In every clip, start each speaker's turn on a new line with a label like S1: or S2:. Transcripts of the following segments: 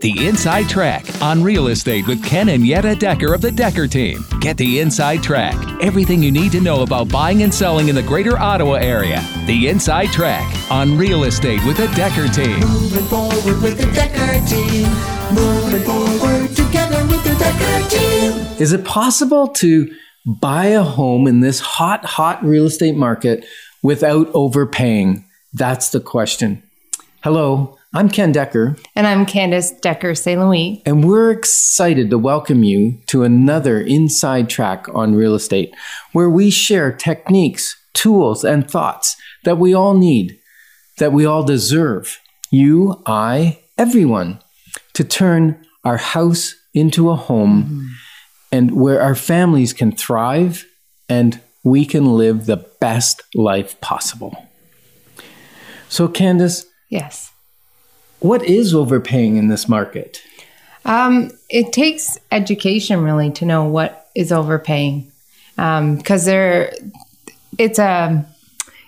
S1: The Inside Track on real estate with Ken and Yetta Decker of the Decker team. Get the inside track. Everything you need to know about buying and selling in the greater Ottawa area. The Inside Track on real estate with the Decker team.
S2: Moving forward with the Decker team. Moving forward together with the Decker team.
S3: Is it possible to buy a home in this hot, hot real estate market without overpaying? That's the question. Hello, I'm Ken Decker,
S4: And I'm Candace Decker St. Louis.
S3: and we're excited to welcome you to another Inside Track on Real Estate, where we share techniques, tools, and thoughts that we all need, that we all deserve, you, I, everyone, to turn our house into a home and where our families can thrive and we can live the best life possible. So, Candace,
S4: Yes.
S3: what is overpaying in this market?
S4: Um, it takes education really to know what is overpaying, because there, it's a,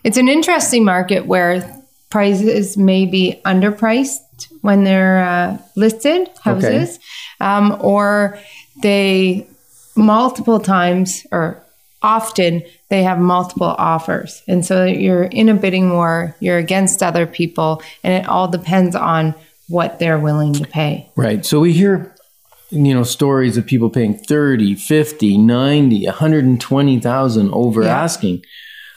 S4: it's an interesting market where prices may be underpriced when they're uh, listed houses, um, or they multiple times or often they have multiple offers, and so you're in a bidding war. You're against other people, and it all depends on what they're willing to pay.
S3: Right. So we hear, you know, stories of people paying 30, 50, 90, 120,000 over
S4: Yeah.
S3: asking.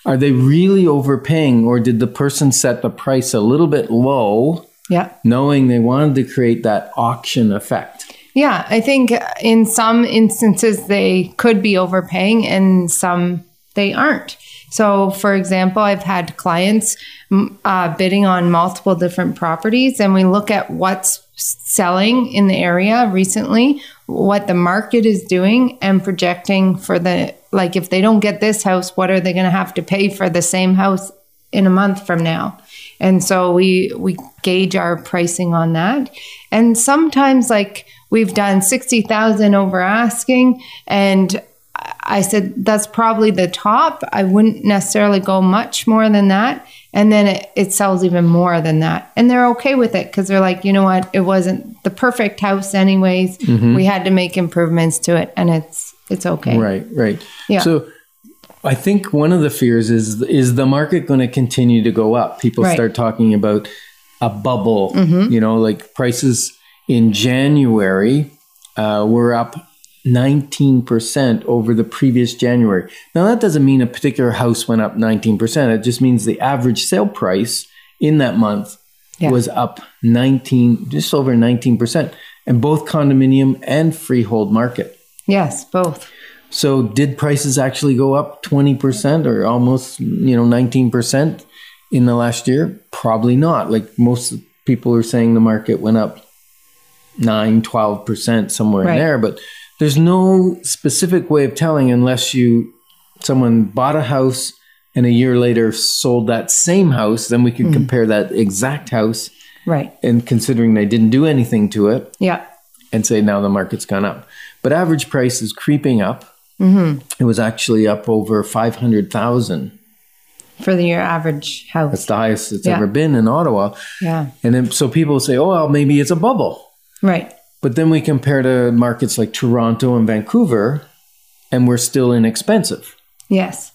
S3: Are they really overpaying or did the person set the price a little bit low
S4: Yeah.
S3: knowing they wanted to create that auction effect?
S4: Yeah, I think in some instances they could be overpaying and some they aren't. So, for example, I've had clients m- uh, bidding on multiple different properties, and we look at what's selling in the area recently, what the market is doing, and projecting for the like if they don't get this house, what are they going to have to pay for the same house in a month from now and so we we gauge our pricing on that and sometimes like we've done 60,000 over asking and I- I said that's probably the top I wouldn't necessarily go much more than that and then it, it sells even more than that and they're okay with it because they're like you know what it wasn't the perfect house anyways
S3: Mm-hmm.
S4: we had to make improvements to it and it's it's okay
S3: Right, right.
S4: Yeah.
S3: So I think one of the fears is is the market going to continue to go up? People
S4: Right. Mm-hmm.
S3: start talking about a bubble, you know, like prices in January uh, were up 19% over the previous January. Now that doesn't mean a particular house went up 19%. It just means the average sale price in that month
S4: Yeah.
S3: was up 19 just over 19% in both condominium and freehold market.
S4: yes both
S3: So did prices actually go up 20% or almost, you know, 19% in the last year? Probably not. Like most people are saying the market went up 9, 12% somewhere
S4: Right.
S3: in there, but there's no specific way of telling unless you someone bought a house and a year later sold that same house, then we could compare that exact house
S4: right
S3: and considering they didn't do anything to it
S4: yeah
S3: and say now the market's gone up. But average price is creeping up. It was actually up over 500,000.
S4: for the, your average
S3: That's
S4: house
S3: the highest it's
S4: Yeah.
S3: ever been in Ottawa.
S4: yeah
S3: And then so people say, "Oh, well, maybe it's a bubble."
S4: right
S3: But then we compare to markets like Toronto and Vancouver and we're still inexpensive.
S4: yes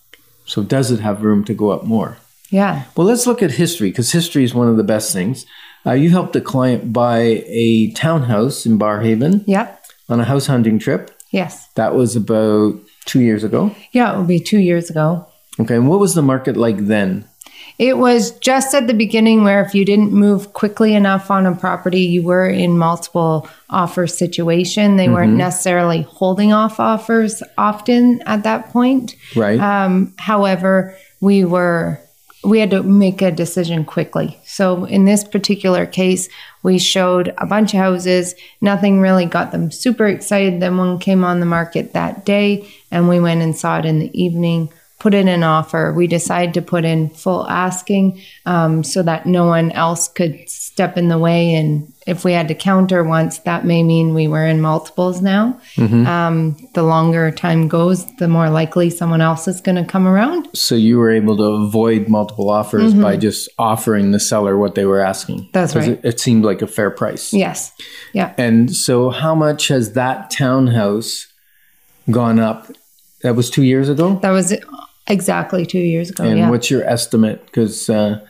S3: So does it have room to go up more?
S4: Yeah.
S3: Well, let's look at history because history is one of the best things. Uh, you helped a client buy a townhouse in Barhaven
S4: Yep.
S3: on a house hunting trip.
S4: Yes.
S3: That was about two years ago.
S4: Yeah, it would be two years ago.
S3: Okay, and what was the market like then?
S4: It was just at the beginning where if you didn't move quickly enough on a property, you were in multiple offer situation. They weren't necessarily holding off offers often at that point.
S3: Right.
S4: Um, however, we were we had to make a decision quickly. So in this particular case, we showed a bunch of houses. Nothing really got them super excited. Then one came on the market that day, and we went and saw it in the evening. Put in an offer. We decided to put in full asking um, so that no one else could step in the way and if we had to counter once, that may mean we were in multiples now. Um, the longer time goes, the more likely someone else is going to come around.
S3: So you were able to avoid multiple offers by just offering the seller what they were asking.
S4: Mm-hmm. That's
S3: 'Cause
S4: right.
S3: It, it seemed like a fair price.
S4: Yes. Yeah.
S3: And so, how much has that townhouse gone up? That was two years ago.
S4: That was exactly two years ago.
S3: and
S4: Oh, yeah.
S3: what's your estimate? Because uh,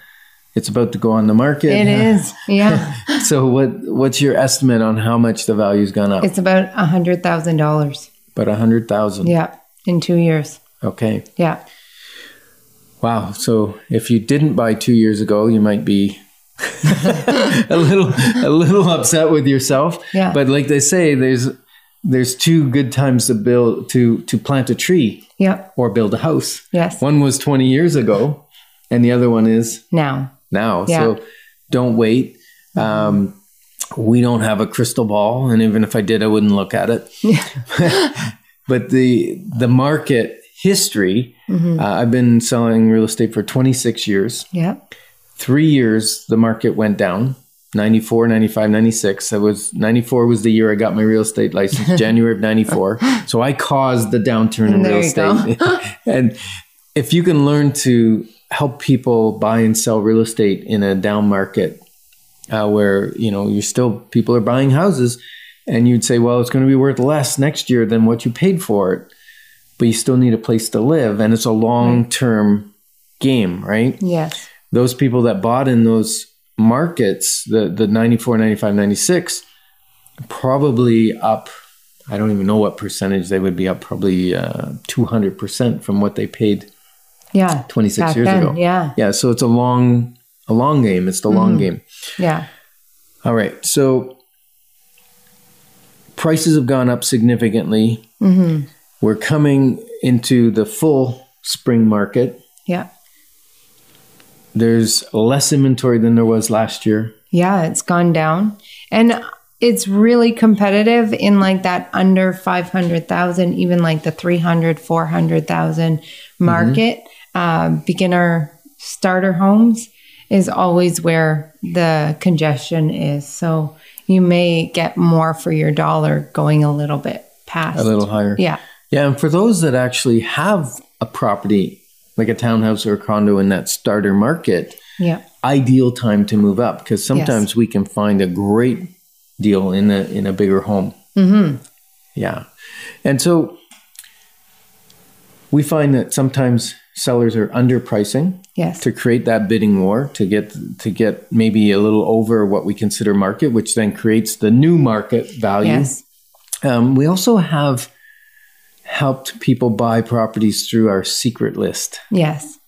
S3: it's about to go on the market.
S4: It is. Yeah.
S3: So, what what's your estimate on how much the value's gone up?
S4: it's about a hundred thousand dollars.
S3: About a hundred thousand.
S4: Yeah. In two years.
S3: Okay.
S4: Yeah.
S3: Wow. So if you didn't buy two years ago, you might be a little a little upset with yourself.
S4: Yeah.
S3: But like they say, there's there's two good times to build to to plant a tree
S4: Yeah.
S3: or build a house.
S4: Yes.
S3: One was 20 years ago, and the other one is
S4: Now.
S3: now.
S4: Yeah.
S3: So don't wait. Um, we don't have a crystal ball, and even if I did, I wouldn't look at it. but the the market history. Uh, I've been selling real estate for 26 years.
S4: Yeah.
S3: Three years, the market went down. 94, 95, 96. That was 94 was the year I got my real estate license, January of 94. So I caused the downturn in
S4: There
S3: real
S4: you
S3: estate. and if you can learn to help people buy and sell real estate in a down market uh, where, you know, you're still people are buying houses and you'd say, well, it's going to be worth less next year than what you paid for it, but you still need a place to live and it's a long-term game, right?
S4: Yes.
S3: those people that bought in those markets, the, the 94, 95, 96, probably up, I don't even know what percentage they would be up, probably uh, 200% from what they paid
S4: Yeah.
S3: 26
S4: Back
S3: years
S4: then.
S3: ago.
S4: Yeah.
S3: Yeah, so it's a long, a long game. It's the long game.
S4: Yeah.
S3: All right, so prices have gone up significantly. We're coming into the full spring market.
S4: Yeah.
S3: There's less inventory than there was last year.
S4: Yeah. It's gone down. And it's really competitive in like that under 500,000, even like the 300, 400,000
S3: Mm-hmm.
S4: market. Uh, beginner starter homes is always where the congestion is. So you may get more for your dollar going a little bit past.
S3: a little higher.
S4: Yeah.
S3: Yeah, and for those that actually have a property, like a townhouse or a condo in that starter market,
S4: Yeah.
S3: ideal time to move up because sometimes we can find a great deal in a in a bigger home. Mm-hmm. Yeah, and so we find that sometimes sellers are underpricing
S4: Yes.
S3: to create that bidding war to get to get maybe a little over what we consider market, which then creates the new market value.
S4: Yes.
S3: Um, we also have helped people buy properties through our secret list.
S4: Yes.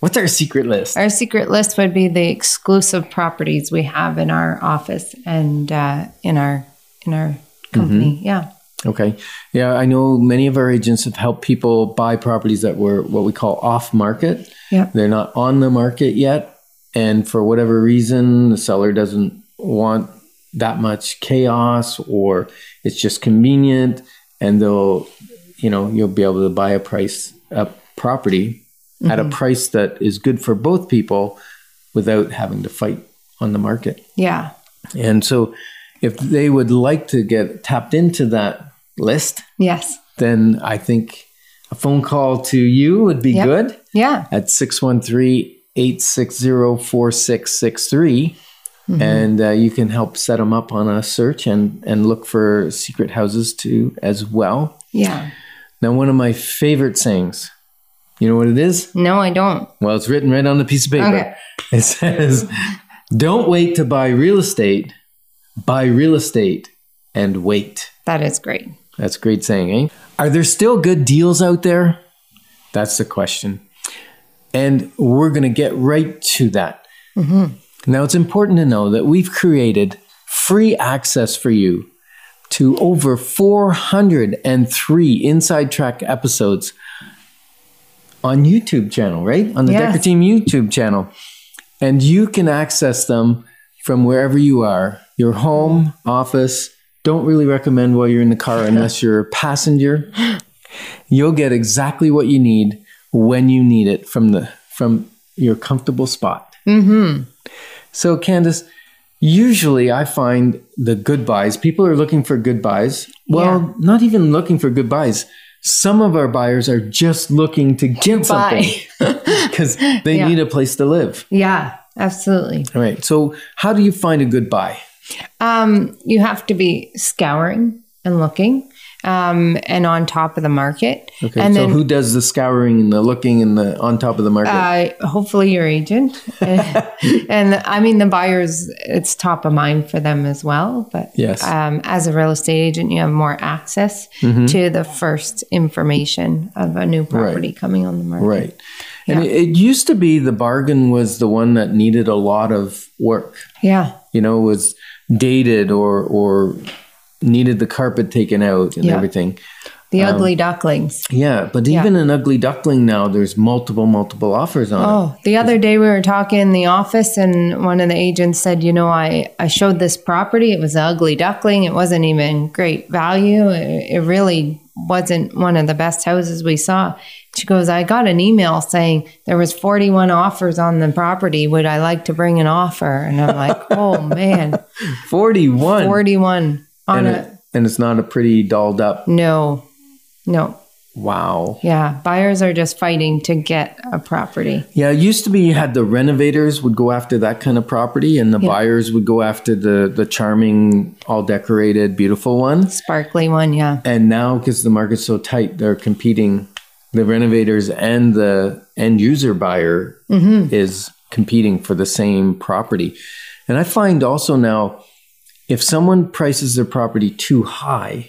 S3: What's our secret list?
S4: Our secret list would be the exclusive properties we have in our office and uh, in our in our company.
S3: Mm-hmm.
S4: Yeah,
S3: Okay. Yeah, I know many of our agents have helped people buy properties that were what we call off market.
S4: yeah,
S3: They're not on the market yet. And for whatever reason, the seller doesn't want that much chaos or it's just convenient. And they'll, you know, you'll be able to buy a price, a property at a price that is good for both people without having to fight on the market.
S4: yeah,
S3: And so if they would like to get tapped into that list,
S4: yes,
S3: then I think a phone call to you would be
S4: Yep.
S3: good
S4: yeah,
S3: at 613-860-4663 and uh, you can help set them up on a search and and look for secret houses too as well.
S4: yeah.
S3: Now one of my favorite sayings. You know what it is?
S4: No, I don't.
S3: Well, it's written right on the piece of paper.
S4: Okay.
S3: It says, "Don't wait to buy real estate. Buy real estate and wait."
S4: That is great.
S3: That's a great saying, eh? Are there still good deals out there? That's the question. And we're going to get right to that. Now, it's important to know that we've created free access for you to over 403 Inside Track episodes on YouTube channel, right? On the
S4: Yes.
S3: Decker Team YouTube channel. And you can access them from wherever you are, your home, office. Don't really recommend while you're in the car unless you're a passenger. You'll get exactly what you need when you need it from the from your comfortable spot. Mm-hmm. So, Candace, Usually, I find the good buys. People are looking for good buys. Well,
S4: Yeah.
S3: not even looking for good buys. Some of our buyers are just looking to get
S4: buy.
S3: something because they
S4: Yeah.
S3: need a place to live.
S4: Yeah, absolutely.
S3: All right. So, how do you find a good buy?
S4: Um, you have to be scouring and looking um, and on top of the market.
S3: Okay.
S4: and
S3: so,
S4: then
S3: who does the scouring and the looking and the on top of the market?
S4: uh, hopefully your agent. and I mean, the buyers, it's top of mind for them as well. But
S3: Yes.
S4: um, as a real estate agent, you have more access
S3: Mm-hmm.
S4: to the first information of a new property coming on the market.
S3: right. And it, it used to be the bargain was the one that needed a lot of work.
S4: Yeah.
S3: you know, was dated or or needed the carpet taken out and
S4: Yeah.
S3: everything.
S4: The
S3: Um,
S4: ugly ducklings.
S3: Yeah, but even an ugly duckling now, there's multiple multiple offers on it.
S4: Oh, the other day we were talking in the office, and one of the agents said, "You know, I I showed this property. It was an ugly duckling. It wasn't even great value. It, it really wasn't one of the best houses we saw." She goes, "I got an email saying there was 41 offers on the property. Would I like to bring an offer?" And I'm like, "Oh man,
S3: Forty one,
S4: 41 on
S3: and,
S4: a
S3: it- and it's not a pretty dolled up.
S4: no, no,
S3: Wow.
S4: yeah. Buyers are just fighting to get a property.
S3: Yeah, it used to be you had the renovators would go after that kind of property, and the buyers would go after the the charming, all decorated, beautiful ones.
S4: Sparkly one, yeah,
S3: And now, because the market's so tight, they're competing. The renovators and the end user buyer is competing for the same property. And I find also now, if someone prices their property too high,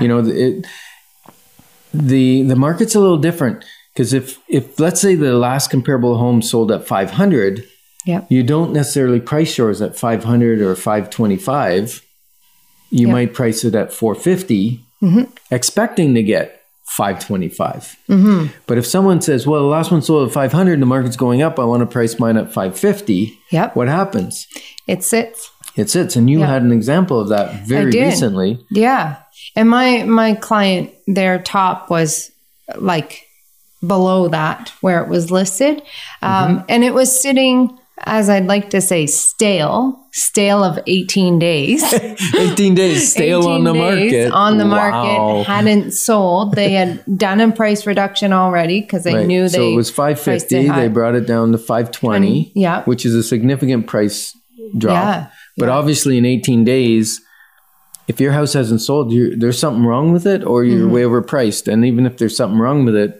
S3: you know, it, the the market's a little different because if if let's say the last comparable home sold at five hundred,
S4: yep.
S3: you don't necessarily price yours at 500 or 525 you
S4: Yeah.
S3: might price it at 450 expecting to get 525
S4: Mm-hmm.
S3: but if someone says well the last one sold at 500 the market's going up i want to price mine at 550
S4: Yep.
S3: what happens
S4: It sits.
S3: it sits and you
S4: Yeah.
S3: had an example of that very
S4: did.
S3: recently
S4: Yeah. And my my client, their top was like below that where it was listed. Um,
S3: Mm-hmm.
S4: And it was sitting, as I'd like to say, stale, stale of 18 days.
S3: 18 days stale on
S4: 18
S3: the
S4: days
S3: market
S4: On the
S3: Wow.
S4: market, hadn't sold. They had done a price reduction already because they
S3: Right.
S4: knew they.
S3: so it was 550
S4: priced it
S3: they
S4: high.
S3: brought it down to 520
S4: Yeah.
S3: which is a significant price drop
S4: Yeah.
S3: but obviously in 18 days if your house hasn't sold you there's something wrong with it or
S4: Mm-hmm.
S3: you're way overpriced and even if there's something wrong with it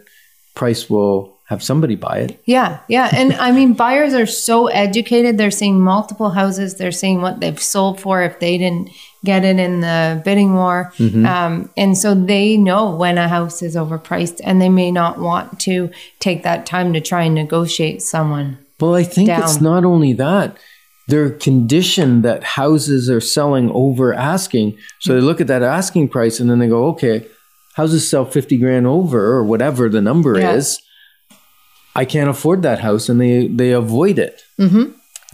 S3: price will have somebody buy it
S4: Yeah, yeah. And I mean, buyers are so educated. They're seeing multiple houses. They're seeing what they've sold for if they didn't get it in the bidding war. Um, and so they know when a house is overpriced and they may not want to take that time to try and negotiate someone.
S3: well i think it's
S4: Down.
S3: not only that they're conditioned that houses are selling over asking so they look at that asking price and then they go okay houses sell 50 grand over or whatever the number
S4: Yeah.
S3: is i can't afford that house and they they avoid it mm-hmm.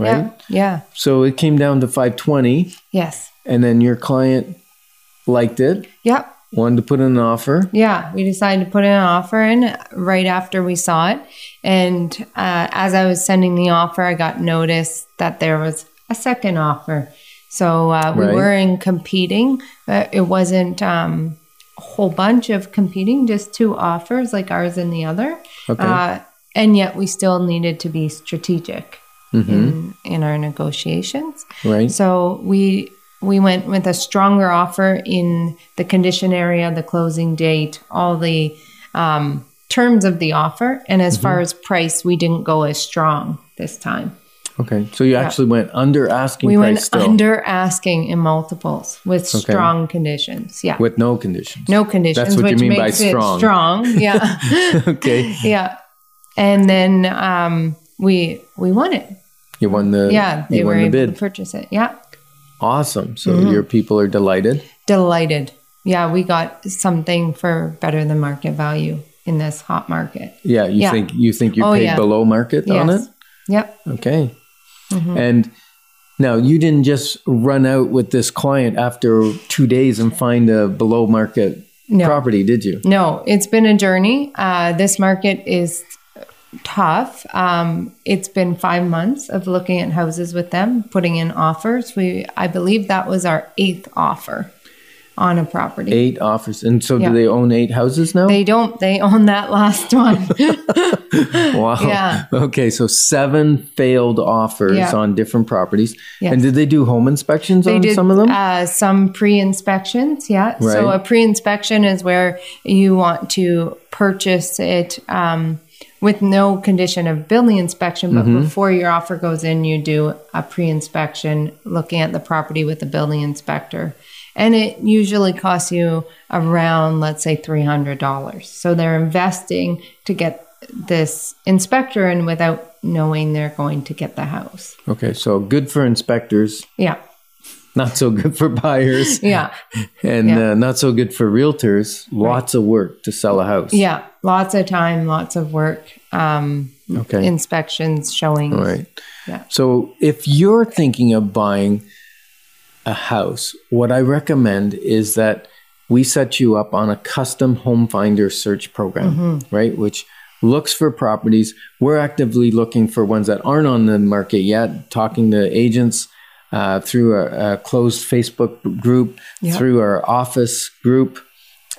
S3: right
S4: Yeah, yeah,
S3: so it came down to 520
S4: yes.
S3: and then your client liked it,
S4: Yep.
S3: wanted to put in an offer.
S4: Yeah, we decided to put in an offer in right after we saw it. And uh, as I was sending the offer, I got notice that there was a second offer. So uh, we
S3: Right.
S4: were in competing. But it wasn't um, a whole bunch of competing, just two offers, like ours and the other.
S3: Okay.
S4: Uh, and yet we still needed to be strategic
S3: Mm-hmm.
S4: in, in our negotiations.
S3: Right.
S4: So we we went with a stronger offer in the condition area, the closing date, all the um, terms of the offer, and
S3: Mm-hmm.
S4: as far as price, we didn't go as strong this time.
S3: Okay. So you actually went under asking
S4: We
S3: price
S4: went
S3: still
S4: under asking in multiples with strong conditions. Yeah.
S3: with no conditions.
S4: no conditions,
S3: That's what
S4: which
S3: you mean by
S4: makes
S3: strong.
S4: it strong. Yeah.
S3: okay.
S4: yeah. And then um, we we won it.
S3: You won the
S4: Yeah.
S3: Uh,
S4: They
S3: you
S4: were
S3: won the
S4: able
S3: bid.
S4: to Mm-hmm. purchase it. Yeah.
S3: awesome. So your people are delighted.
S4: delighted. Yeah, we got something for better than market value in this hot market.
S3: Yeah, you
S4: Yeah.
S3: think you think you
S4: Oh,
S3: paid
S4: yeah.
S3: below market on it?
S4: Yes. Mm-hmm. Yep.
S3: Okay. And now you didn't just run out with this client after 2 days and find a below market
S4: No.
S3: property, did you?
S4: No, it's been a journey. Uh, this market is tough. Um, it's been five months of looking at houses with them, putting in offers. We, I believe, that was our eighth offer on a property.
S3: Eight offers. And so
S4: Yeah.
S3: do they own eight houses now?
S4: They don't. They own that last one.
S3: wow.
S4: Yeah.
S3: Okay, so seven failed offers
S4: Yeah.
S3: on different properties.
S4: Yes.
S3: And did they do home inspections
S4: they
S3: on
S4: did
S3: some of them?
S4: Uh, some pre-inspections. Yeah. So
S3: Right.
S4: a pre-inspection is where you want to purchase it um, with no condition of building inspection, but
S3: Mm-hmm.
S4: before your offer goes in, you do a pre-inspection, looking at the property with the building inspector. And it usually costs you around, let's say, three hundred dollars. So they're investing to get this inspector in without knowing they're going to get the house.
S3: okay, so good for inspectors,
S4: Yeah,
S3: not so good for buyers,
S4: yeah.
S3: and
S4: Yeah.
S3: uh, not so good for realtors. Lots of work to sell a house.
S4: Yeah, lots of time, lots of work, um,
S3: Okay.
S4: inspections, showings.
S3: All right.
S4: Yeah.
S3: So if you're thinking of buying a house, what I recommend is that we set you up on a custom home finder search program,
S4: Mm-hmm.
S3: right? Which looks for properties. We're actively looking for ones that aren't on the market yet, talking to agents uh, through a, a closed Facebook group,
S4: Yeah.
S3: through our office group,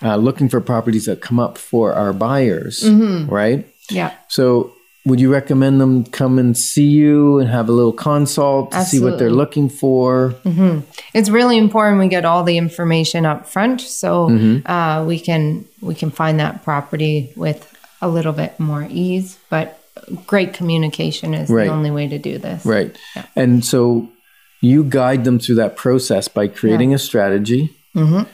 S3: uh, looking for properties that come up for our buyers,
S4: Mm-hmm.
S3: right?
S4: Yeah,
S3: So, would you recommend them come and see you and have a little consult to see what they're
S4: Absolutely. Mm-hmm.
S3: looking for?
S4: it's really important we get all the information up front so
S3: Mm-hmm.
S4: uh, we can we can find that property with a little bit more ease. But great communication is
S3: Right.
S4: the only way to do this.
S3: Right. And so, you guide them through that process by creating a strategy,
S4: Mm-hmm.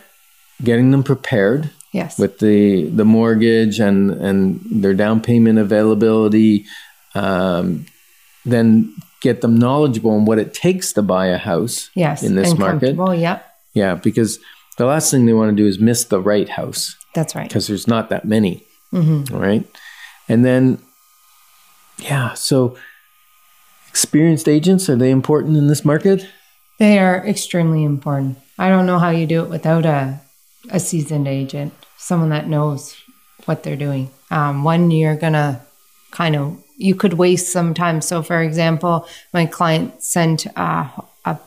S3: getting them prepared
S4: Yes.
S3: with the the mortgage and and their down payment availability. Um, then get them knowledgeable on what it takes to buy a house
S4: yes.
S3: in this
S4: and
S3: market.
S4: comfortable. Yep.
S3: Yeah, because the last thing they want to do is miss the right house.
S4: That's right.
S3: because there's not that many.
S4: Mm-hmm.
S3: All right. And then, yeah, so experienced agents, are they important in this market?
S4: They are extremely important. I don't know how you do it without a, a seasoned agent, someone that knows what they're doing. Um, one, you're going to kind of, you could waste some time. So, for example, my client sent uh, a,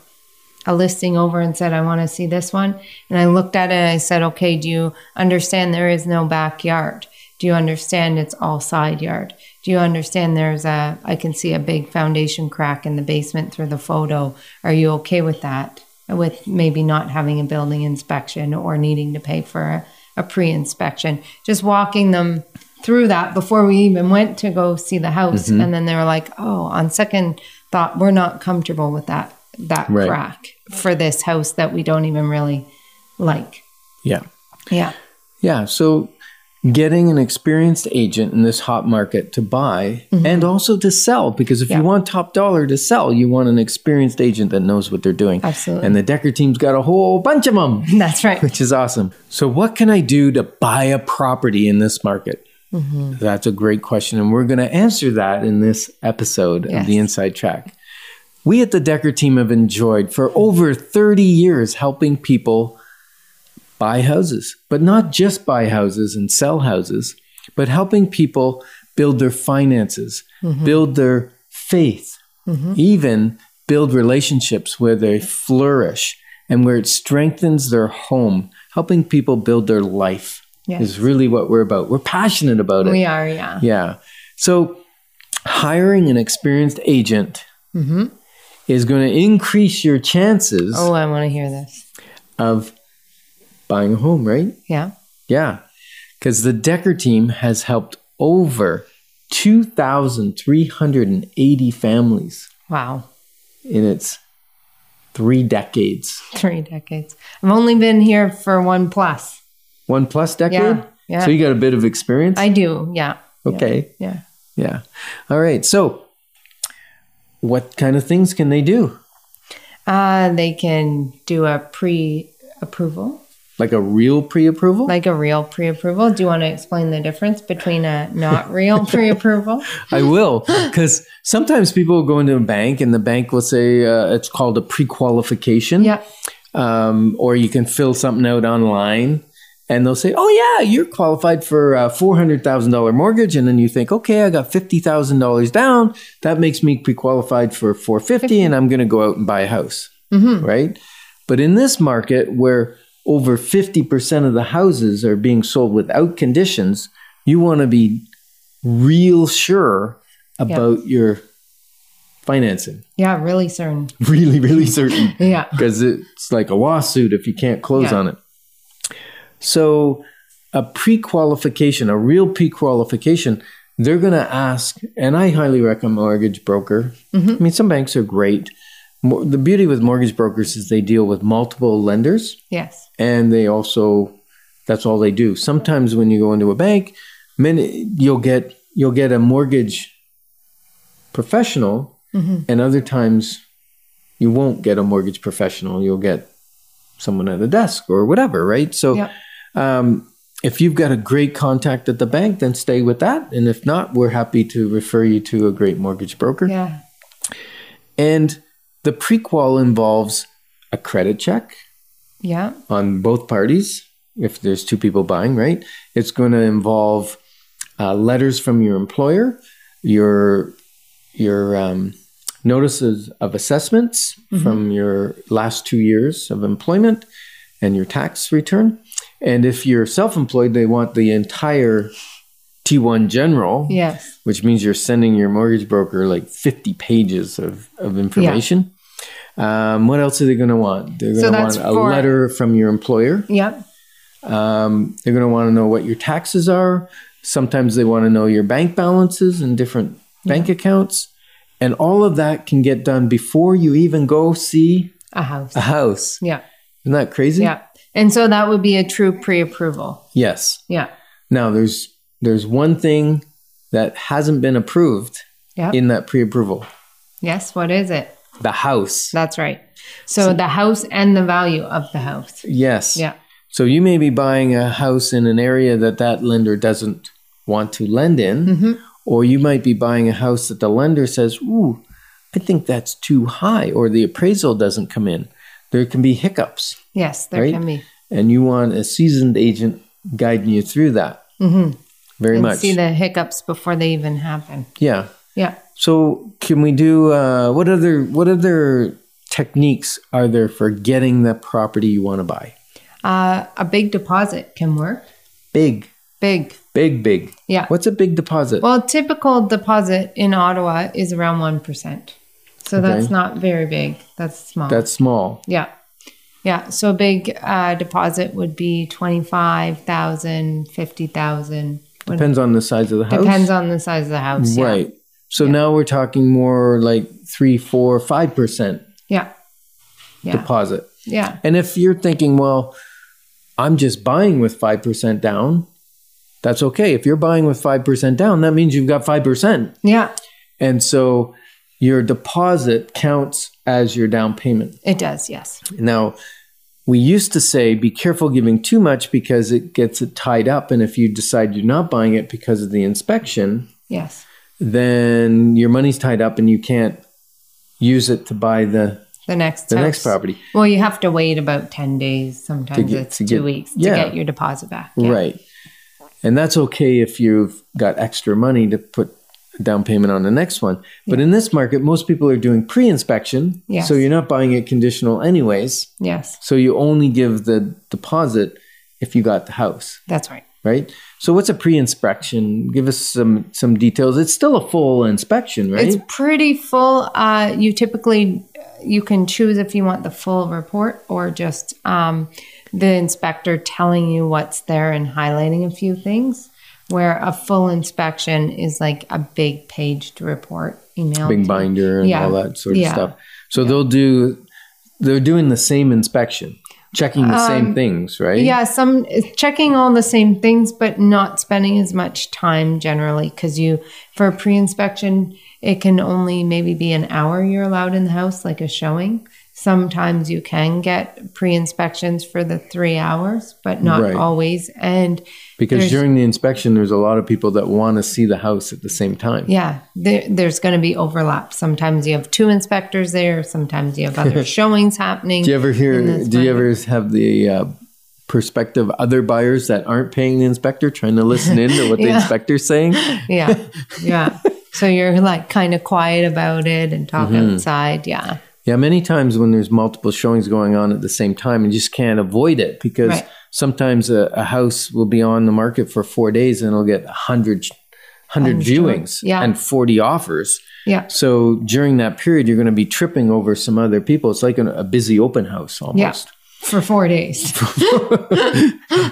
S4: a listing over and said, I want to see this one. And I looked at it and I said, okay, do you understand there is no backyard? Do you understand it's all side yard? Do you understand there's a, I can see a big foundation crack in the basement through the photo. Are you okay with that? With maybe not having a building inspection or needing to pay for a, a pre inspection? Just walking them through that before we even went to go see the house.
S3: Mm-hmm.
S4: And then they were like, oh, on second thought, we're not comfortable with that, that
S3: Right.
S4: crack for this house that we don't even really like.
S3: Yeah.
S4: Yeah.
S3: Yeah. So getting an experienced agent in this hot market to buy and also to sell, because if
S4: Mm-hmm. Yeah.
S3: you want top dollar to sell, you want an experienced agent that knows what they're doing.
S4: Absolutely.
S3: And the Decker team's got a whole bunch of them.
S4: That's right.
S3: which is awesome. So, what can I do to buy a property in this market?
S4: Mm-hmm.
S3: That's a great question. And we're going to answer that in this episode of
S4: Yes.
S3: The Inside Track. We at the Decker team have enjoyed for over 30 years helping people buy houses, but not just buy houses and sell houses, but helping people build their finances,
S4: Mm-hmm.
S3: build their faith, even build relationships where they flourish and where it strengthens their home. Helping people build their life
S4: Yes.
S3: is really what we're about. We're passionate about it.
S4: We are, yeah.
S3: Yeah. So hiring an experienced agent is going to increase your chances
S4: Mm-hmm. Oh, I want to hear this.
S3: of buying a home, right?
S4: Yeah.
S3: Yeah. Because the Decker team has helped over 2,380 families
S4: Wow.
S3: in its three decades.
S4: Three decades. I've only been here for one plus.
S3: One plus decade?
S4: Yeah. Yeah.
S3: So you got a bit of experience?
S4: I do. Yeah.
S3: okay.
S4: Yeah.
S3: Yeah. All right. So what kind of things can they do?
S4: Uh, they can do a pre approval,
S3: Like a real pre approval?
S4: like a real pre approval. Do you want to explain the difference between a not real pre approval?
S3: I will, because sometimes people will go into a bank and the bank will say uh, it's called a pre qualification.
S4: Yeah.
S3: um, or you can fill something out online and they'll say, "Oh yeah, you're qualified for a four hundred thousand dollar mortgage," and then you think, "Okay, I got fifty thousand dollars down. That makes me pre-qualified for four fifty, and I'm going to go out and buy a house,
S4: Mm-hmm.
S3: right?" But in this market, where over fifty percent of the houses are being sold without conditions, you want to be real sure about your financing.
S4: Yeah, really certain.
S3: Really, really certain
S4: Yeah.
S3: because it's like a lawsuit if you can't close
S4: Yeah.
S3: on it. So, a pre qualification, a real pre qualification, they're going to ask, and I highly recommend mortgage broker. I mean, some banks are great. Mo- The beauty with mortgage brokers is they deal with multiple lenders
S4: Yes.
S3: and they also that's all they do. Sometimes when you go into a bank, many you'll get you'll get a mortgage professional, and other times you won't get a mortgage professional. You'll get someone at a desk or whatever, right? So
S4: Yeah.
S3: um, if you've got a great contact at the bank, then stay with that, and if not, we're happy to refer you to a great mortgage broker.
S4: Yeah.
S3: And the prequel involves a credit check
S4: Yeah.
S3: on both parties if there's two people buying right it's going to involve uh, letters from your employer your your um, notices of assessments from your last two years of employment and your tax return and if you're self-employed they want the entire t1 general
S4: Yes.
S3: which means you're sending your mortgage broker like 50 pages of, of information. Um, what else are they going to want? They're going
S4: So
S3: to
S4: that's
S3: want a
S4: for-
S3: letter from your employer.
S4: Yep.
S3: Um, they're going to want to know what your taxes are. Sometimes they want to know your bank balances and different bank accounts. And all of that can get done before you even go see
S4: A house.
S3: a house.
S4: Yeah.
S3: Isn't that crazy?
S4: Yeah. And so that would be a true pre-approval.
S3: Yes.
S4: Yeah.
S3: Now there's there's one thing that hasn't been approved
S4: Yeah.
S3: in that pre-approval.
S4: yes. What is it?
S3: The house.
S4: That's right. So the house and the value of the house.
S3: Yes.
S4: Yeah.
S3: So you may be buying a house in an area that that lender doesn't want to lend in,
S4: Mm-hmm.
S3: or you might be buying a house that the lender says, "Ooh, I think that's too high," or the appraisal doesn't come in. There can be hiccups,
S4: Yes. There
S3: Right?
S4: can be.
S3: and you want a seasoned agent guiding you through that. Mm-hmm. Very
S4: and
S3: much,
S4: see the hiccups before they even happen.
S3: yeah.
S4: Yeah.
S3: So can we do uh, what other what other techniques are there for getting the property you want to buy?
S4: Uh, a big deposit can work.
S3: Big,
S4: Big.
S3: big, big.
S4: Yeah.
S3: What's a big deposit?
S4: Well, typical deposit in Ottawa is around 1%. So that's
S3: Okay.
S4: not very big. That's small.
S3: That's small.
S4: yeah. Yeah. So a big uh, deposit would be 25,000, 50,000. Would-
S3: Depends on the size of the house.
S4: Depends on the size of the house. yeah.
S3: right. So now we're talking more like three, four, five percent
S4: Yeah. Yeah.
S3: deposit.
S4: yeah.
S3: And if you're thinking, well, I'm just buying with five percent down, that's okay. If you're buying with five percent down, that means you've got five percent,
S4: Yeah.
S3: and so your deposit counts as your down payment.
S4: It does. Yes.
S3: Now, we used to say be careful giving too much because it gets it tied up, and if you decide you're not buying it because of the inspection,
S4: Yes.
S3: then your money's tied up and you can't use it to buy the,
S4: The next
S3: the
S4: house.
S3: next property.
S4: Well, you have to wait about 10 days. Sometimes
S3: get-
S4: it's
S3: to
S4: two
S3: get-
S4: weeks
S3: yeah.
S4: to get your deposit back. Yeah.
S3: Right. And that's okay if you've got extra money to put a down payment on the next one. But in this market, most people are doing pre inspection.
S4: Yes.
S3: So you're not buying it conditional, anyways.
S4: Yes.
S3: So you only give the deposit if you got the house,
S4: That's right.
S3: right? So what's a pre-inspection? Give us some some details. It's still a full inspection, right?
S4: It's pretty full. Uh, you typically you can choose if you want the full report or just um, the inspector telling you what's there and highlighting a few things. Where a full inspection is like a big paged report email.
S3: big binder and
S4: Yeah.
S3: all that sort of
S4: Yeah.
S3: stuff. So they'll do they're doing the same inspection, checking the same things, right?
S4: Um, Yeah, some eh, checking all the same things, but not spending as much time generally because you for a pre-inspection it can only maybe be an hour you're allowed in the house, like a showing. Sometimes you can get pre-inspections for the three hours, but not
S3: Right.
S4: always. And
S3: Because
S4: there's-
S3: during the inspection there's a lot of people that want to see the house at the same time.
S4: yeah, there, there's going to be overlap. Sometimes you have two inspectors there. Sometimes you have other showings happening.
S3: Do you ever hear
S4: in this
S3: do you
S4: one.
S3: ever have the uh, prospective other buyers that aren't paying the inspector, trying to listen in to what the
S4: Yeah.
S3: inspector's saying.
S4: Yeah. Yeah. so you're like kind of quiet about it and talk
S3: Mm-hmm.
S4: outside. Yeah.
S3: Yeah, many times when there's multiple showings going on at the same time, you just can't avoid it because
S4: Right.
S3: sometimes a, a house will be on the market for four days and it'll get 100, 100 viewings
S4: Yeah.
S3: and 40 offers.
S4: Yeah.
S3: So during that period, you're going to be tripping over some other people. It's like an, a busy open house
S4: Yeah.
S3: almost.
S4: For four days.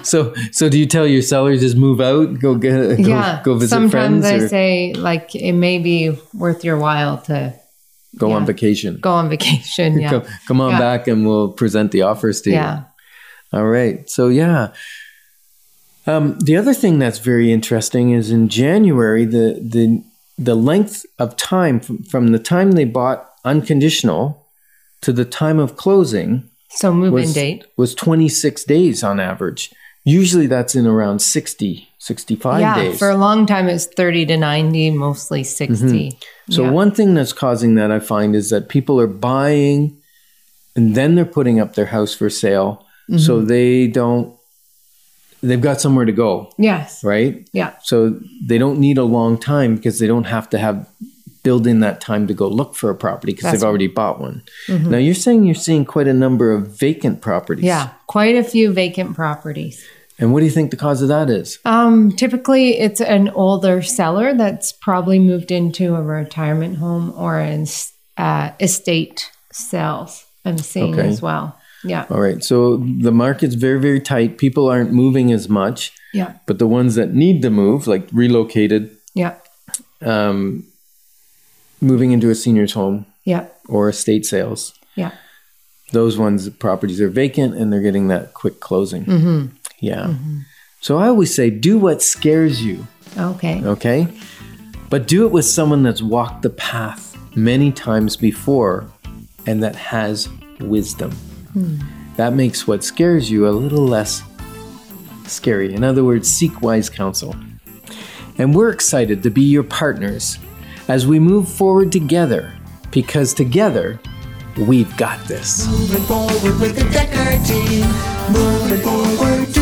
S3: So, so do you tell your sellers just move out, go get, go,
S4: yeah.
S3: go visit
S4: Sometimes
S3: friends,
S4: I
S3: or
S4: say like it may be worth your while to
S3: go on
S4: yeah.
S3: vacation?
S4: go on vacation. Yeah.
S3: Come, come on
S4: Yeah.
S3: back, and we'll present the offers to you.
S4: yeah.
S3: All right. So yeah. Um, the other thing that's very interesting is in January the the the length of time from, from the time they bought unconditional to the time of closing
S4: So move in
S3: was
S4: date.
S3: was 26 days on average. Usually that's in around 60, 65
S4: Yeah.
S3: days.
S4: For a long time it was 30 to 90, mostly 60.
S3: so
S4: yeah.
S3: one thing that's causing that I find is that people are buying and then they're putting up their house for sale
S4: Mm-hmm.
S3: so they don't they've got somewhere to go,
S4: Yes.
S3: right?
S4: Yeah.
S3: So they don't need a long time because they don't have to have build in that time to go look for a property because
S4: That's Mm-hmm.
S3: they've already bought one. Now you're saying you're seeing quite a number of vacant properties.
S4: Yeah. Quite a few vacant properties.
S3: And what do you think the cause of that is?
S4: Um, typically, it's an older seller that's probably moved into a retirement home or an es- uh, estate sales. I'm seeing
S3: Okay.
S4: as well. Yeah,
S3: All right. So the market's very, very tight. People aren't moving as much,
S4: yeah,
S3: but the ones that need to move, like relocated,
S4: yeah,
S3: um, moving into a senior's home
S4: yeah,
S3: or estate sales,
S4: yeah.
S3: those ones properties are vacant and they're getting that quick closing. Yeah. So I always say, do what scares you,
S4: Okay.
S3: okay? But do it with someone that's walked the path many times before and that has wisdom. That makes what scares you a little less scary. In other words, seek wise counsel. And we're excited to be your partners as we move forward together because together we've got this.
S2: Moving forward with the Decker team. Moving forward